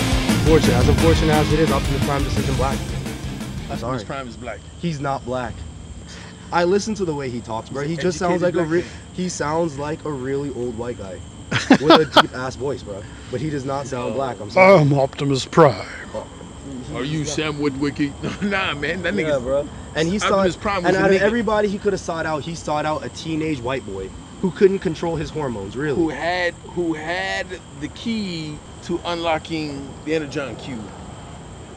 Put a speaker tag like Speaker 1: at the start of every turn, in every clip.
Speaker 1: unfortunate. As unfortunate as it is, Optimus Prime just isn't black.
Speaker 2: Optimus
Speaker 1: Sorry.
Speaker 2: Prime is black.
Speaker 1: He's not black. I listen to the way he talks, bro.
Speaker 2: He's
Speaker 1: He
Speaker 2: an
Speaker 1: just sounds like
Speaker 2: educated
Speaker 1: a
Speaker 2: black
Speaker 1: re- he sounds like a really old white guy with a deep ass voice, bro. But he does not sound black. I'm sorry.
Speaker 3: I'm Optimus Prime.
Speaker 2: Are you
Speaker 1: Yeah.
Speaker 2: Sam Woodwicky? nah, man. That
Speaker 1: Yeah,
Speaker 2: nigga's
Speaker 1: bro. And he saw
Speaker 2: Optimus Prime was
Speaker 1: and
Speaker 2: a
Speaker 1: out of
Speaker 2: nigga
Speaker 1: everybody he could have sought out, he sought out a teenage white boy who couldn't control his hormones, really.
Speaker 2: who had who had the key to unlocking the energon cube.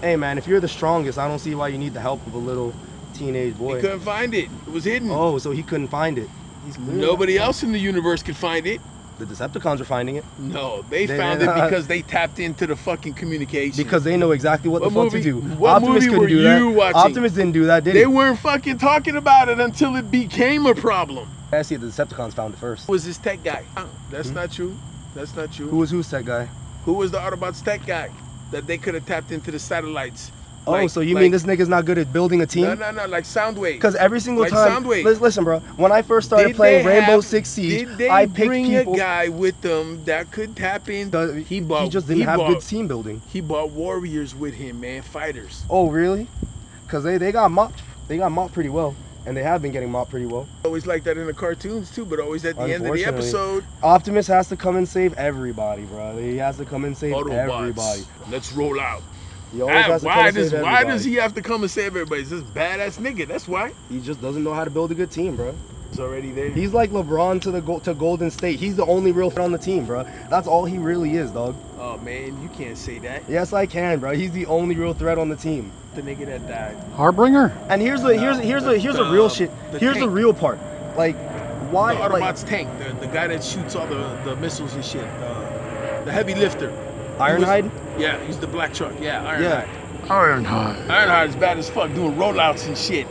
Speaker 1: Hey man, if you're the strongest, I don't see why you need the help of a little teenage
Speaker 2: He
Speaker 1: boy.
Speaker 2: couldn't find it. It was hidden.
Speaker 1: Oh, so he couldn't find it. He's clear.
Speaker 2: Nobody else in the universe could find it.
Speaker 1: The Decepticons are finding it
Speaker 2: No, they,
Speaker 1: They-
Speaker 2: found
Speaker 1: they-
Speaker 2: it because they tapped into the fucking communication.
Speaker 1: because they know exactly what, the
Speaker 2: What
Speaker 1: fuck to
Speaker 2: movie-
Speaker 1: do.
Speaker 2: what
Speaker 1: Optimus
Speaker 2: movie
Speaker 1: couldn't
Speaker 2: were
Speaker 1: do that.
Speaker 2: you watching?
Speaker 1: Optimus didn't do that, did
Speaker 2: they
Speaker 1: he?
Speaker 2: weren't fucking talking about it until it became a problem.
Speaker 1: I see the Decepticons found it first.
Speaker 2: Who was this tech guy? Uh, that's
Speaker 1: Hmm?
Speaker 2: not true. That's not true.
Speaker 1: Who was who's that guy?
Speaker 2: Who was the Autobots tech guy that they could have tapped into the satellites?
Speaker 1: Oh,
Speaker 2: Like-
Speaker 1: so you
Speaker 2: like-
Speaker 1: mean this nigga's not good at building a
Speaker 2: No,
Speaker 1: team?
Speaker 2: no, no, like Soundwave.
Speaker 1: Because every single
Speaker 2: Like
Speaker 1: time,
Speaker 2: Soundwave.
Speaker 1: Lis- listen, bro. When I first started
Speaker 2: Did
Speaker 1: playing
Speaker 2: they
Speaker 1: Rainbow
Speaker 2: have-
Speaker 1: Six Siege,
Speaker 2: Did they
Speaker 1: I picked
Speaker 2: bring
Speaker 1: people.
Speaker 2: a guy with them that could tap in?
Speaker 1: The-
Speaker 2: he bought.
Speaker 1: he just didn't
Speaker 2: he
Speaker 1: have
Speaker 2: bought,
Speaker 1: good team building.
Speaker 2: He bought warriors with him, man, fighters.
Speaker 1: Oh, really? Because they, they got mopped. They got mopped pretty well, and they have been getting mopped pretty well.
Speaker 2: Always like that in the cartoons too, but always at the end of the
Speaker 1: Unfortunately,
Speaker 2: episode,
Speaker 1: Optimus has to come and save everybody, bro. He has to come and save
Speaker 2: Autobots,
Speaker 1: everybody.
Speaker 2: let's roll out.
Speaker 1: He always
Speaker 2: Ah,
Speaker 1: has to come
Speaker 2: why
Speaker 1: and
Speaker 2: does
Speaker 1: save
Speaker 2: why
Speaker 1: everybody.
Speaker 2: does he have to come and save everybody? He's this badass nigga. That's why.
Speaker 1: He just doesn't know how to build a good team, bro.
Speaker 2: He's already there.
Speaker 1: He's like LeBron to the go- to Golden State. He's the only real on the team, bro. That's all he really is, dog.
Speaker 2: oh man, you can't say that.
Speaker 1: Yes, I can, bro. He's the only real threat on the team.
Speaker 2: The nigga that died.
Speaker 3: Harbinger?
Speaker 1: And here's the here's here's a here's a real shit.
Speaker 2: The
Speaker 1: Here's the
Speaker 2: tank.
Speaker 1: real part. Like, why? Like,
Speaker 2: the Autobots tank, the, the guy that shoots all the, the missiles and shit. Uh, the heavy lifter.
Speaker 1: Ironhide.
Speaker 2: Yeah, he's the black truck. Yeah, Ironhide.
Speaker 1: Yeah.
Speaker 3: Ironhide.
Speaker 2: Ironheart is bad as fuck doing rollouts and shit.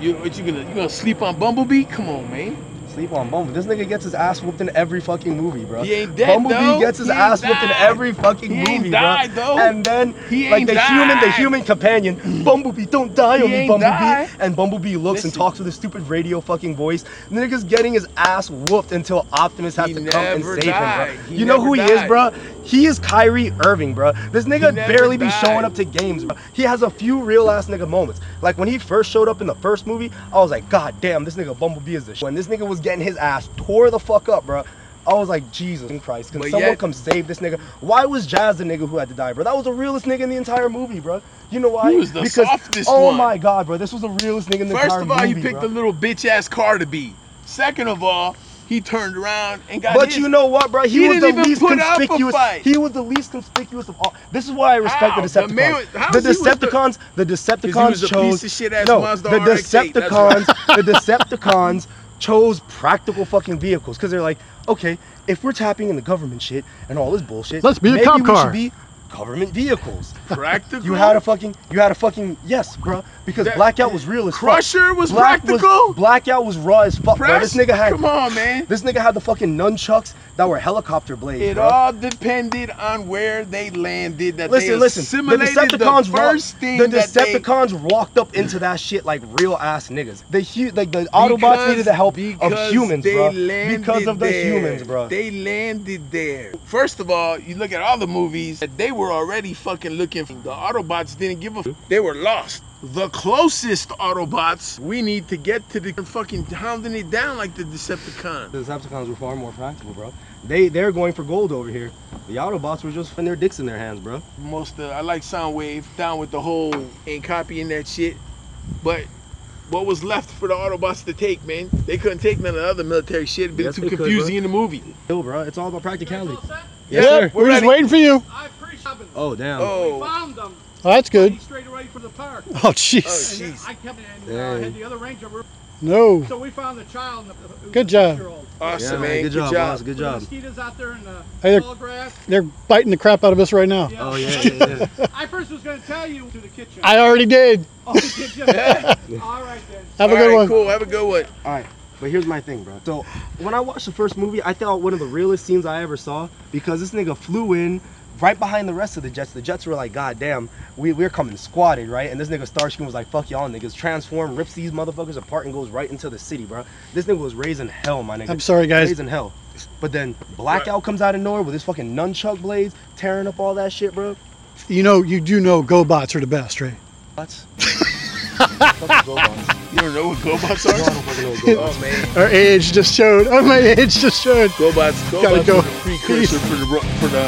Speaker 2: You what you gonna you gonna sleep on Bumblebee? Come on, man.
Speaker 1: Sleep on Bumblebee. This nigga gets his ass whooped in every fucking movie, bro.
Speaker 2: He ain't dead,
Speaker 1: Bumblebee
Speaker 2: though.
Speaker 1: gets his
Speaker 2: He ain't
Speaker 1: ass whooped in
Speaker 2: died.
Speaker 1: every fucking
Speaker 2: He
Speaker 1: movie,
Speaker 2: ain't
Speaker 1: bro.
Speaker 2: died, though.
Speaker 1: And then,
Speaker 2: He
Speaker 1: like
Speaker 2: ain't
Speaker 1: the human, the
Speaker 2: died.
Speaker 1: human companion, Bumblebee, don't die
Speaker 2: He
Speaker 1: on me,
Speaker 2: ain't
Speaker 1: Bumblebee.
Speaker 2: died.
Speaker 1: And Bumblebee looks and
Speaker 2: Listen.
Speaker 1: talks with a stupid radio fucking voice. The nigga's getting his ass whooped until Optimus has
Speaker 2: He
Speaker 1: to come and
Speaker 2: never
Speaker 1: save
Speaker 2: died.
Speaker 1: him, bro.
Speaker 2: He
Speaker 1: you know
Speaker 2: never
Speaker 1: who he is,
Speaker 2: died.
Speaker 1: bro? He is Kyrie Irving, bro. This nigga
Speaker 2: never
Speaker 1: barely be
Speaker 2: died.
Speaker 1: showing up to games, bro. He has a few real ass nigga moments. Like when he first showed up in the first movie, I was like, God damn, this nigga Bumblebee is the shit. When this nigga was getting his ass tore the fuck up, bro. I was like, Jesus Christ, can
Speaker 2: But
Speaker 1: someone
Speaker 2: yet-
Speaker 1: come save this nigga? Why was Jazz the nigga who had to die, bro? That was the realest nigga in the entire movie, bro. You know why?
Speaker 2: He was the
Speaker 1: because,
Speaker 2: softest
Speaker 1: Oh
Speaker 2: one.
Speaker 1: my god, bro, this was the realest nigga in the
Speaker 2: First
Speaker 1: entire
Speaker 2: of all,
Speaker 1: movie.
Speaker 2: he picked
Speaker 1: bro.
Speaker 2: a little bitch ass car to be. Second of all, he turned around and got
Speaker 1: But
Speaker 2: his.
Speaker 1: you know what, bro? He,
Speaker 2: He
Speaker 1: was the
Speaker 2: didn't even
Speaker 1: least
Speaker 2: put up a
Speaker 1: conspicuous.
Speaker 2: fight.
Speaker 1: He was the least conspicuous of all. This is why I respect
Speaker 2: How?
Speaker 1: the
Speaker 2: The man
Speaker 1: Decepticons.
Speaker 2: was- how
Speaker 1: The,
Speaker 2: is he was the-
Speaker 1: Decepticons, the, Decepticons
Speaker 2: 'Cause he was a
Speaker 1: chose
Speaker 2: piece of shit ass
Speaker 1: no,
Speaker 2: Mazda
Speaker 1: the
Speaker 2: RX-8, that's
Speaker 1: Decepticons, the Decepticons chose practical fucking vehicles because they're like, okay, if we're tapping in the government shit and all this bullshit,
Speaker 3: Let's be a
Speaker 1: maybe
Speaker 3: cop
Speaker 1: we
Speaker 3: car.
Speaker 1: should be government vehicles.
Speaker 2: practical.
Speaker 1: You had a fucking, you had a fucking yes, bro, because
Speaker 2: That-
Speaker 1: Blackout was real as fuck.
Speaker 2: Crusher was
Speaker 1: Black
Speaker 2: practical?
Speaker 1: Blackout was raw as fuck, bro. This nigga had
Speaker 2: Come on, man.
Speaker 1: this nigga had the fucking nunchucks that were helicopter blades.
Speaker 2: It
Speaker 1: bro.
Speaker 2: all depended on where they landed. That they
Speaker 1: listen, listen. The
Speaker 2: assimilated
Speaker 1: Decepticons
Speaker 2: the first
Speaker 1: walked,
Speaker 2: thing
Speaker 1: the
Speaker 2: that they-
Speaker 1: Decepticons walked up into that shit like real ass niggas. The hu- like the Autobots
Speaker 2: Because-
Speaker 1: needed the help of
Speaker 2: because
Speaker 1: humans,
Speaker 2: they
Speaker 1: bro.
Speaker 2: landed
Speaker 1: Because of the
Speaker 2: there.
Speaker 1: humans, bro.
Speaker 2: They landed there. First of all, you look at all the movies, they were already fucking looking for the Autobots didn't give a f- they were lost. The closest Autobots, we need to get to the fucking hounding it down like the Decepticons.
Speaker 1: the Decepticons were far more practical, bro. They they're going for gold over here. The Autobots were just putting their dicks in their hands, bro.
Speaker 2: Most uh, I like Soundwave down with the whole and copying that shit, but what was left for the Autobots to take, man? They couldn't take none of the other military shit. It'd been
Speaker 1: Yes,
Speaker 2: too
Speaker 1: they could, bro.
Speaker 2: confusing in the movie.
Speaker 1: Yo, bro, it's all about practicality.
Speaker 2: Yeah,
Speaker 3: Yep,
Speaker 2: we're
Speaker 3: we're just
Speaker 2: ready.
Speaker 3: waiting for you.
Speaker 4: I appreciate it.
Speaker 1: Oh damn.
Speaker 2: Oh.
Speaker 4: Found them
Speaker 3: Oh, that's good.
Speaker 4: straight away from the park.
Speaker 3: Oh, jeez.
Speaker 2: Oh,
Speaker 4: And then
Speaker 2: Jeez.
Speaker 4: I kept and uh,
Speaker 1: Dang.
Speaker 4: had the other ranger. work.
Speaker 3: No.
Speaker 4: So we found the child. And the, it was
Speaker 3: Good
Speaker 4: a
Speaker 3: job.
Speaker 4: six-year-old.
Speaker 1: Yeah,
Speaker 2: Awesome,
Speaker 1: man,
Speaker 2: man.
Speaker 1: Good, job, boss. Good
Speaker 4: Put the
Speaker 1: job.
Speaker 4: Mosquitoes out there in the
Speaker 3: Hey, they're-
Speaker 4: tall grass.
Speaker 3: They're biting the crap out of us right now.
Speaker 4: Yeah.
Speaker 1: Oh yeah, yeah, yeah.
Speaker 4: I first was going to tell you to the kitchen.
Speaker 3: I already did.
Speaker 4: oh, did you? All right then.
Speaker 3: Have a
Speaker 2: All
Speaker 3: good
Speaker 2: right,
Speaker 3: one.
Speaker 2: Cool. Have a good one.
Speaker 1: All right, but here's my thing, bro. So when I watched the first movie, I thought one of the realest scenes I ever saw because this nigga flew in right behind the rest of the Jets. The Jets were like, "God damn, we we're coming squatted, right?" And this nigga Starscream was like, "Fuck y'all niggas!" Transform, rips these motherfuckers apart, and goes right into the city, bro. This nigga was raising hell, my nigga.
Speaker 3: I'm sorry, guys.
Speaker 1: Raising hell. But then Blackout comes out of nowhere with his fucking nunchuck blades tearing up all that shit, bro.
Speaker 3: You know, you do know GoBots are the best, right?
Speaker 1: What? Fucking GoBots.
Speaker 2: You don't know what GoBots
Speaker 1: No, I
Speaker 2: are?
Speaker 1: don't fucking know what GoBots.
Speaker 2: oh man,
Speaker 3: Our age just showed. Oh, my age just showed.
Speaker 2: GoBots,
Speaker 3: Gotta
Speaker 2: GoBots
Speaker 3: go.
Speaker 2: Oh are the precursor for the ro- for the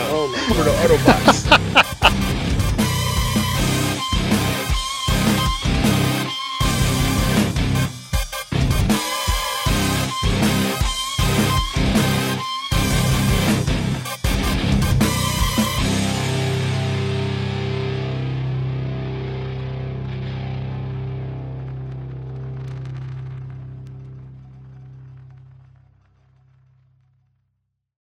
Speaker 2: for the Autobots.